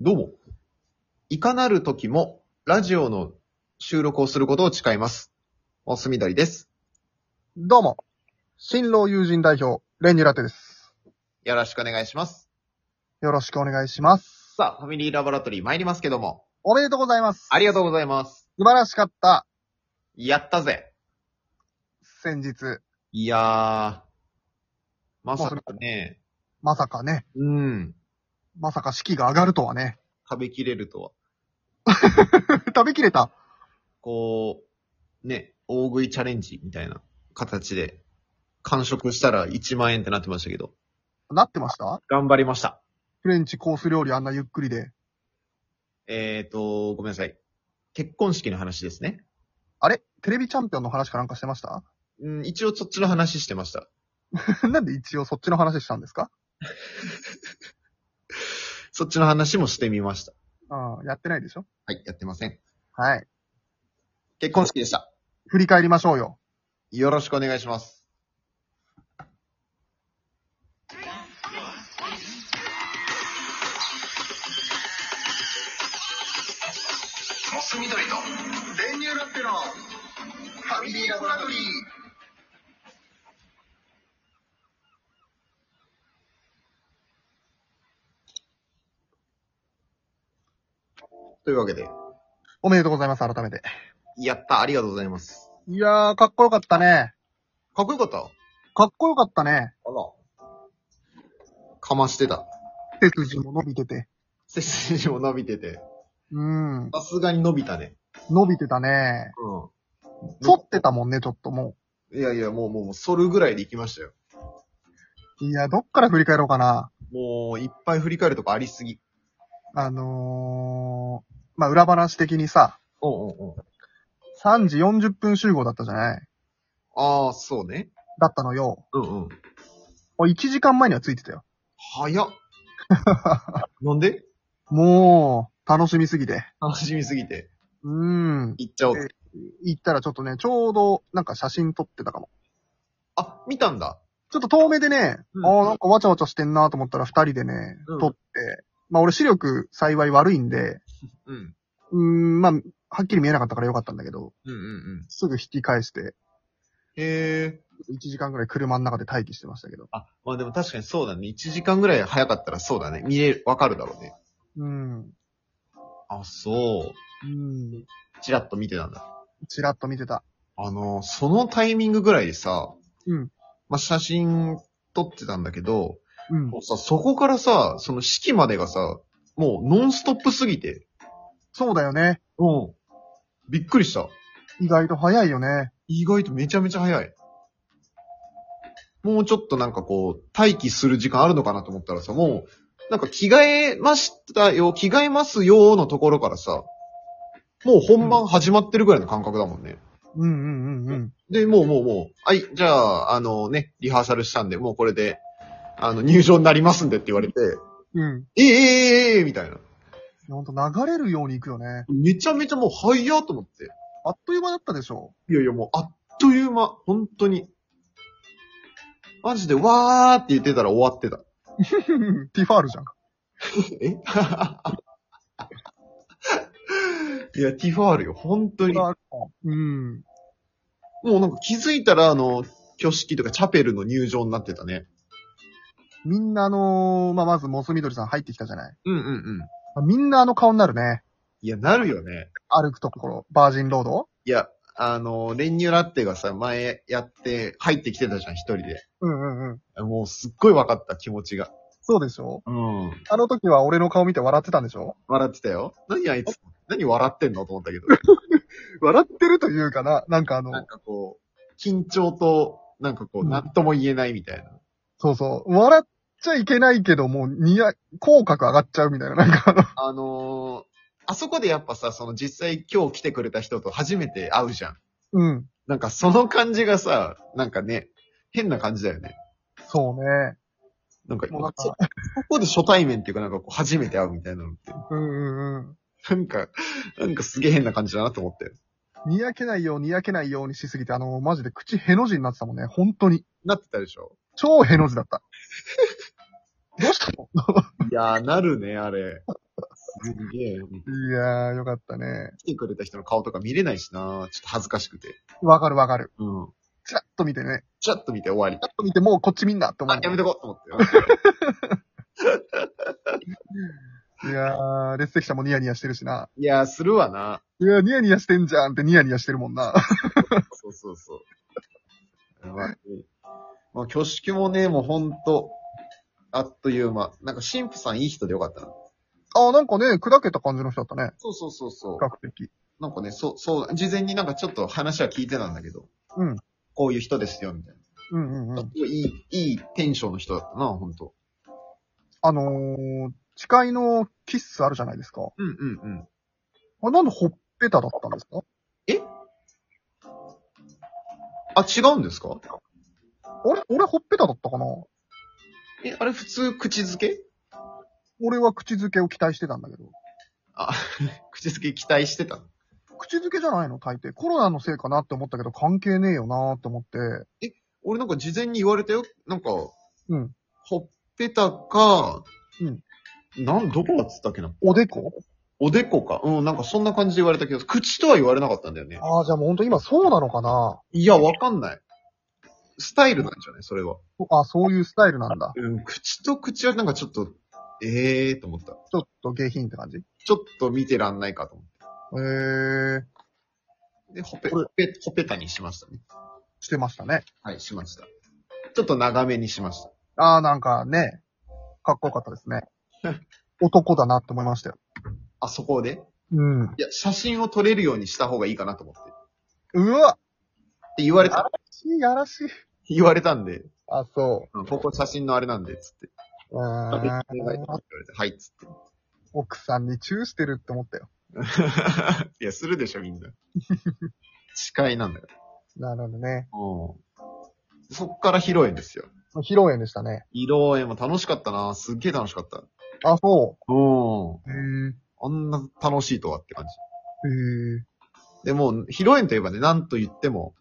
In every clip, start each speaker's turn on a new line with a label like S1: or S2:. S1: どうも。いかなる時も、ラジオの収録をすることを誓います。モスみどりです。
S2: どうも。新郎友人代表、レンニュラテです。
S1: よろしくお願いします。
S2: よろしくお願いします。
S1: さあ、ファミリーラボラトリー参りますけども、
S2: おめでとうございます。
S1: ありがとう
S2: う。
S1: ございます。
S2: 素晴らしかった、
S1: やったぜ。
S2: 先日。
S1: いやー。まさかね、
S2: まさかね、
S1: うん、
S2: まさか式が上がるとはね。
S1: 食べきれるとは。
S2: 食べきれた。
S1: こう、ね、大食いチャレンジみたいな形で、完食したら1万円ってなってましたけど、
S2: なってました
S1: 頑張りました。
S2: フレンチコース料理あんなゆっくりで。
S1: えーと、ごめんなさい。結婚式の話ですね。
S2: あれテレビチャンピオンの話かなんかしてました
S1: うん、一応そっちの話してました。
S2: なんで一応そっちの話したんですか
S1: そっちの話もしてみました。
S2: ああ、やってないでしょ
S1: はい、やってません。
S2: はい。
S1: 結婚式でした。
S2: 振り返りましょうよ。
S1: よろしくお願いします。
S2: モス緑と、レンニュラテの、ファミリーラボラトリー。
S1: というわけで、
S2: おめでとうございます、改めて。
S1: やった、ありがとうございます。
S2: いやー、かっこよかったね。
S1: かっこよかったあ
S2: かっこよかったね。
S1: ら。かましてた。
S2: 手筋も伸びてて。
S1: 背筋も伸びてて。
S2: うん。
S1: さすがに伸びたね。
S2: 伸びてたね。
S1: うん。
S2: 反ってたもんね、ちょっとも
S1: いやいや、もうもう、反るぐらいで行きましたよ。
S2: う。いや、どっから振り返ろうかな。
S1: もう、いっぱい振り返るとこありすぎ。
S2: あのー、まあ、裏話的にさ、
S1: おうんうんうん。
S2: 3時40分集合だったじゃない
S1: ああ、そうね。
S2: だったのよ。
S1: うんうん。
S2: もう1時間前には着いてたよ。
S1: 早っ。なんで
S2: もう、楽しみすぎて。
S1: 楽しみすぎて。
S2: うん。
S1: 行っちゃおう。
S2: え行ったらちょっとね、ちょうど、なんか写真撮ってたかも。
S1: あ、見たんだ。
S2: ちょっと遠目でね、
S1: うん
S2: ああ、なんかわちゃわちゃしてんなと思ったら二人でね
S1: うん、
S2: 撮って。まあ、俺視力幸い悪いんで、
S1: うん。
S2: うーん、まあ、はっきり見えなかったからよかったんだけど、
S1: うんうんうん。
S2: すぐ引き返して、
S1: へえ。
S2: 1時間ぐらい車の中で待機してましたけど。
S1: あ、まあでも確かにそうだね。1時間ぐらい早かったらそうだね。見れる、わかるだろうね。
S2: うん。
S1: あ、そう。
S2: うん。
S1: ちらっと見てたんだ。
S2: ちらっと見てた。
S1: あの、そのタイミングぐらいでさ、
S2: うん。
S1: まあ、写真撮ってたんだけど、
S2: うん。
S1: もうさ、そこからさ、その式までがさ、もうノンストップすぎて。
S2: そうだよね。
S1: うん。びっくりした。
S2: 意外と早いよね。
S1: 意外とめちゃめちゃ早い。もうちょっとなんかこう、待機する時間あるのかなと思ったらさ、もう、なんか着替えましたよ、着替えますよのところからさ、もう本番始まってるぐらいの感覚だもんね。
S2: うんうんうんうん。
S1: で、もうもうもう、はい、じゃあ、あのね、リハーサルしたんで、もうこれで、あの、入場になりますんでって言われて、
S2: うん。
S1: ええええええみたいな。
S2: ほんと流れるように行くよね。
S1: めちゃめちゃもう早っと思って。
S2: あっという間だったでしょ。
S1: いやいや、もう、あっという間、本当に。マジで、わーって言ってたら終わってた。
S2: ティファールじゃん。
S1: え いや、ティファールよ、本当に。も
S2: うん。
S1: うなんか気づいたら、あの、挙式とかチャペルの入場になってたね。
S2: みんなあのーまあ、まずモスみどりさん入ってきたじゃない。
S1: うんうんうん。
S2: まあみんなあの顔になるね。
S1: いや、なるよね。
S2: 歩くところ、バージンロード
S1: いや、あの、練乳ラッテがさ、前やって、入ってきてたじゃん、一人で。
S2: うんうんうん。
S1: もうすっごい分かった、気持ちが。
S2: そうでしょ
S1: うん。
S2: あの時は俺の顔見て笑ってたんでしょ
S1: 笑ってたよ。何あいつ、何笑ってんのと思ったけど。
S2: 笑ってるというかな、なんかあの、
S1: なんかこう、緊張と、なんかこう、
S2: うん
S1: なんとも言えないみたいな。
S2: そうそう。笑っちゃいけないけど、もう、にや、口角上がっちゃうみたいな、なんか あの、
S1: あのー、あそこでやっぱさ、その実際今日来てくれた人と初めて会うじゃん。
S2: うん。
S1: なんかその感じがさ、なんかね、変な感じだよね。
S2: そうね。
S1: なんか、
S2: もうなん
S1: そこ、
S2: か
S1: こで初対面っていうかなんかこう、初めて会うみたいなのって。
S2: うんうんうん。
S1: なんか、なんかすげえ変な感じだなと思って。
S2: にやけないよう、にやけないようにしすぎて、あの、マジで口への字になってたもんね。本当に。
S1: なってたでしょ
S2: 超への字だった。どうしたの
S1: いやー、なるね、あれ。すすげえよね。
S2: いやー、よかったね。
S1: 来てくれた人の顔とか見れないしなちょっと恥ずかしくて。
S2: わかるわかる。
S1: うん。
S2: ちらっと見てね。
S1: ちょっと見て終わり。
S2: ちらっと見て、もうこっち見んなって思う
S1: あ、。やめとこうと思って。
S2: いやー、列席者もニヤニヤしてるしな。
S1: いやー、するわな。
S2: いやー、ニヤニヤしてんじゃんってニヤニヤしてるもんな。
S1: そうそうそう。やばい。まあ、挙式もね、もうほんと、あっという間。なんか、神父さんいい人でよかったな。
S2: あー、なんかね、砕けた感じの人だったね。
S1: そうそうそうそ
S2: 比
S1: う。
S2: 較的。
S1: なんかね、そう、そう、事前になんかちょっと話は聞いてたんだけど。
S2: うん。
S1: こういう人ですよ、みたい
S2: うんうんう
S1: な。
S2: ん。
S1: いい、いいテンションの人だったな、ほんと。
S2: あのー、誓いのキッスあるじゃないですか。
S1: うんうんうん。
S2: あれなんでほっぺただったんですか
S1: あ、違うんですか
S2: あれ俺ほっぺただったかな
S1: え、あれ普通口づけ
S2: 俺は口づけを期待してたんだけど。
S1: あ、 口づけ期待してたの
S2: 口づけじゃないの大抵。コロナのせいかなって思ったけど関係ねえよなーって思って。
S1: 俺なんか事前に言われたよ。なんか、
S2: うん。
S1: ほっぺたか、
S2: うん。
S1: なん、どこだっつったっけな。
S2: おでこ
S1: おでこか。うん、なんかそんな感じで言われたけど、口とは言われなかったんだよね。
S2: ああ、じゃあもうほんと今そうなのかない
S1: や、わかんない。スタイルなんじゃないそれは。
S2: あそういうスタイルなんだ。
S1: うん、口と口はなんかちょっと、ええーと思った。
S2: ちょっと下品って感じへ
S1: ちょっと見てらんないかと思っ
S2: えー、
S1: て。で、ほっぺ、
S2: こ
S1: ほ
S2: れ
S1: っぺ、ほっぺたにしましたね。
S2: してましたね。
S1: はい、しました。ちょっと長めにしました。
S2: ああ、なんかね、かっこよかったですね。男だなって思いましたよ。
S1: あそこで
S2: うん。
S1: いや、写真を撮れるようにした方がいいかなと思って。っ
S2: うわ
S1: て言われた、
S2: いやらしい。
S1: 言われたんで、
S2: あ、そ
S1: うんここ写真のあれなんで、つって。
S2: う。う
S1: あ別に
S2: ー
S1: お願いし
S2: ん。
S1: ますって言われてはい、つって。
S2: 奥さんにチューしてるって思ったよ。
S1: いや、するでしょ、みんな。誓いなんだよ。
S2: なるほどね。
S1: うん。そっから披露宴ですよ。
S2: 披露宴でしたね。
S1: 披露宴も楽しかったな。すっげえ楽しかった。
S2: あ、そ
S1: うん。
S2: う。へえ。
S1: あんな楽しいとはって感じ。
S2: へえ。
S1: でもう、披露宴といえばね、なんと言っても、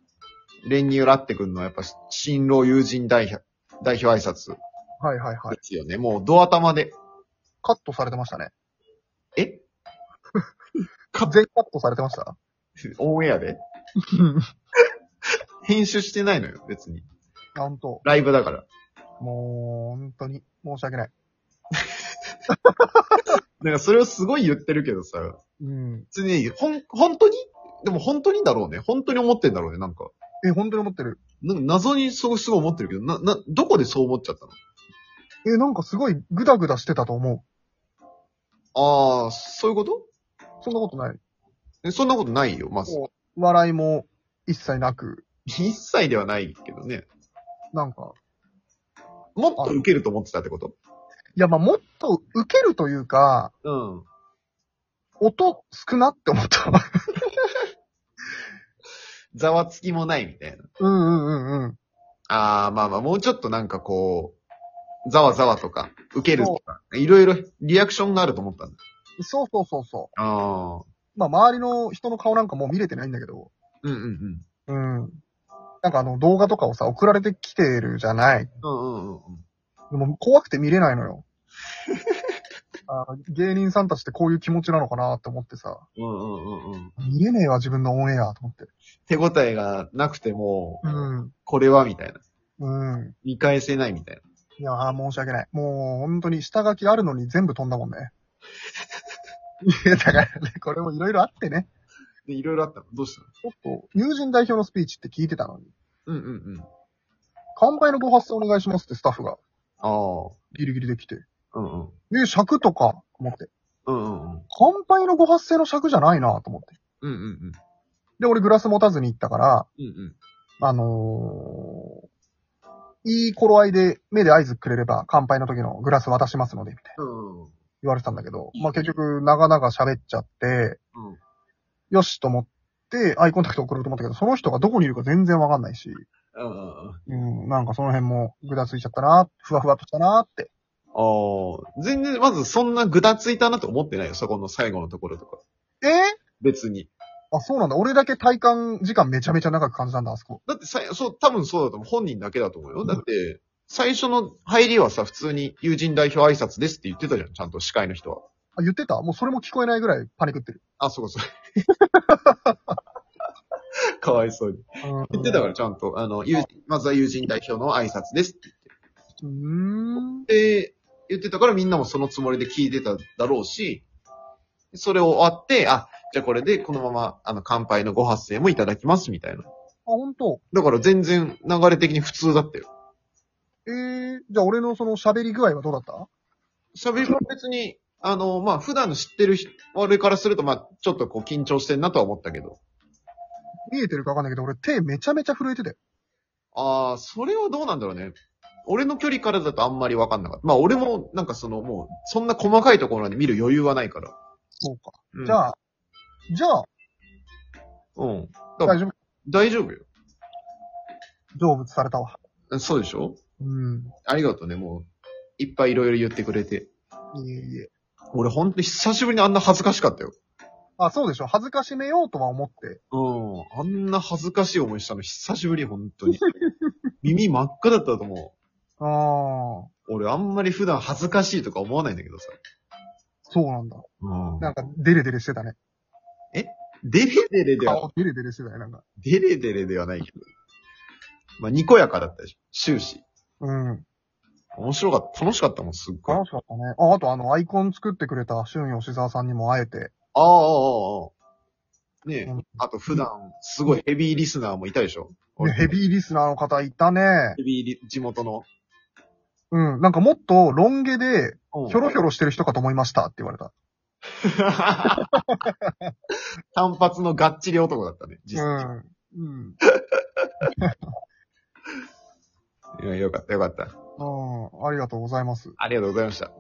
S1: 練乳ラってくんのはやっぱ、新郎友人代表、代表挨拶
S2: はいはいはい
S1: で。すよね。もう、ドア玉で。
S2: カットされてましたね。
S1: え
S2: 全カットされてました
S1: オンエアで編集してないのよ、別に。
S2: あほんと。
S1: ライブだから。
S2: もう、本当に、申し訳ない。
S1: なんかそれをすごい言ってるけどさ、
S2: うん。
S1: 別に、ほん、本当にでも本当にだろうね。本当に思ってんだろうね、なんか。
S2: え、本当に思ってる。
S1: なんか謎にそうすごい思ってるけど、な、な、どこでそう思っちゃったの
S2: え、なんかすごいグダグダしてたと思
S1: ああ、そういうこと
S2: う。そんなことない。
S1: えそんなことないよ、まず。
S2: こう笑いも一切なく、
S1: 一切ではないけどね。
S2: なんか、
S1: もっと受けると思ってたってこと
S2: いや、まあ、もっと受けるというか、
S1: うん。
S2: 音少なって思った。
S1: ざわつきもないみたいな。
S2: うんうんうんうん。
S1: ああ、まあまあ、もうちょっとなんかこう、ざわざわとか、受けるとか、いろいろリアクションがあると思ったんだ。
S2: そうそうそうそ
S1: ああ。
S2: う。まあ、周りの人の顔なんかもう見れてないんだけど、
S1: うんうんうん。
S2: うん。なんかあの動画とかをさ、送られてきてるじゃない。
S1: うんうんうんうん。
S2: でも怖くて見れないの よ。あ芸人さんたちってこういう気持ちなのかなって思ってさ、
S1: うんうんうんうん。
S2: 見れねえわ自分のオンエアと思って。
S1: 手応えがなくても、
S2: うん。
S1: これはみたいな。
S2: うん。
S1: 見返せないみたいな。
S2: いやー申し訳ない。もう本当に下書きあるのに全部飛んだもん ね。いや、だからね、これもいろいろあってね。
S1: で、いろいろあったの。どうしたの
S2: ちょっと、友人代表のスピーチって聞いてたのに、
S1: うんうんうん。
S2: 乾杯のご発声お願いしますってスタッフが
S1: ああ。
S2: ギリギリできて。
S1: うんうん。
S2: え、尺とか、思って。
S1: うんうんうん。
S2: 乾杯のご発声の尺じゃないなと思って。
S1: うんうんうん。
S2: で、俺グラス持たずに行ったから、
S1: うんうん。
S2: あのー、いい頃合いで目で合図くれれば乾杯の時のグラス渡しますので、みたいな
S1: うんうん
S2: 言われてたんだけど、まあ、結局長々喋っちゃって、
S1: うん。
S2: よしと思ってアイコンタクト送ろうと思ったけど、その人がどこにいるか全然わかんないし、
S1: うんうんうん。
S2: うん、なんかその辺もぐだついちゃったな、ふわふわとしたなって。
S1: ああ。全然、まずそんなぐだついたなと思ってないよ。そこの最後のところとか。
S2: えー
S1: 別に。
S2: あ、そうなんだ。俺だけ体感時間めちゃめちゃ長く感じたんだ、あそこ。
S1: だってさ、そう、多分そうだと思う。本人だけだと思うよ。だって、最初の入りはさ、普通に友人代表挨拶ですって言ってたじゃん。ちゃんと司会の人は。
S2: あ、言ってたもうそれも聞こえないぐらいパニックってる。
S1: あ、そうかそう。かわいそうに。言ってたから、ちゃんと。あの、友人まずは友人代表の挨拶ですっ
S2: うーん。
S1: て言ってたから、みんなもそのつもりで聞いてただろうし、それを終わって、あ、じゃあこれでこのまま、あの、乾杯のご発声もいただきます、みたいな。
S2: あ、ほんと。
S1: だから全然流れ的に普通だったよ。
S2: えー、じゃあ俺のその喋り具合はどうだった
S1: 喋りも別に、あの、まあ、普段知ってる人、俺からすると、まあ、ちょっとこう緊張してんなとは思ったけど。
S2: 見えてるかわかんないけど、俺手めちゃめちゃ震えてて。
S1: ああ、それはどうなんだろうね。俺の距離からだとあんまりわかんなかった。まあ俺もなんかそのもう、そんな細かいところまで見る余裕はないから。
S2: そうか。
S1: うん、
S2: じゃあ、じゃあ、
S1: うん。だから
S2: 大丈夫。
S1: 大丈夫よ。
S2: 成仏されたわ。
S1: そうでしょ
S2: うん。
S1: ありがとうね、もう。いっぱいいろいろ言ってくれて。
S2: いえいえ。
S1: 俺ほんと久しぶりにあんな恥ずかしかったよ。
S2: あ、そうでしょ。恥ずかしめようとは思って。
S1: うん。あんな恥ずかしい思いしたの久しぶり、ほんとに。 耳真っ赤だったと思う。
S2: あー。
S1: 俺あんまり普段恥ずかしいとか思わないんだけどさ。
S2: そうなんだ。
S1: うん
S2: なんか、デレデレしてたね。
S1: デレデレでは、
S2: 顔、デレデレしてたね、なんか。
S1: デレデレではないけど。まあ、にこやかだったでしょ。終始。
S2: うん。
S1: 面白かった。楽しかったもん、すっごい。ああ、あ
S2: 楽しかったね。あ、あとあの、アイコン作ってくれた、俊吉沢さんにも会えて。
S1: あああ。ねえ
S2: う。ん
S1: あと普段、すごいヘビーリスナーもいたでしょ。
S2: ね、ヘビーリスナーの方いたね。
S1: ヘビーリ、地元の。
S2: うん。なんかもっと、ロン毛で、
S1: うん
S2: ひょろ ひょろしてる人かと思いましたって言われた。
S1: 単発のがっちり男だったね、実際。
S2: うん。うん。
S1: いやよかった、よかった。
S2: ああ、ありがとうございます。
S1: ありがとうございました。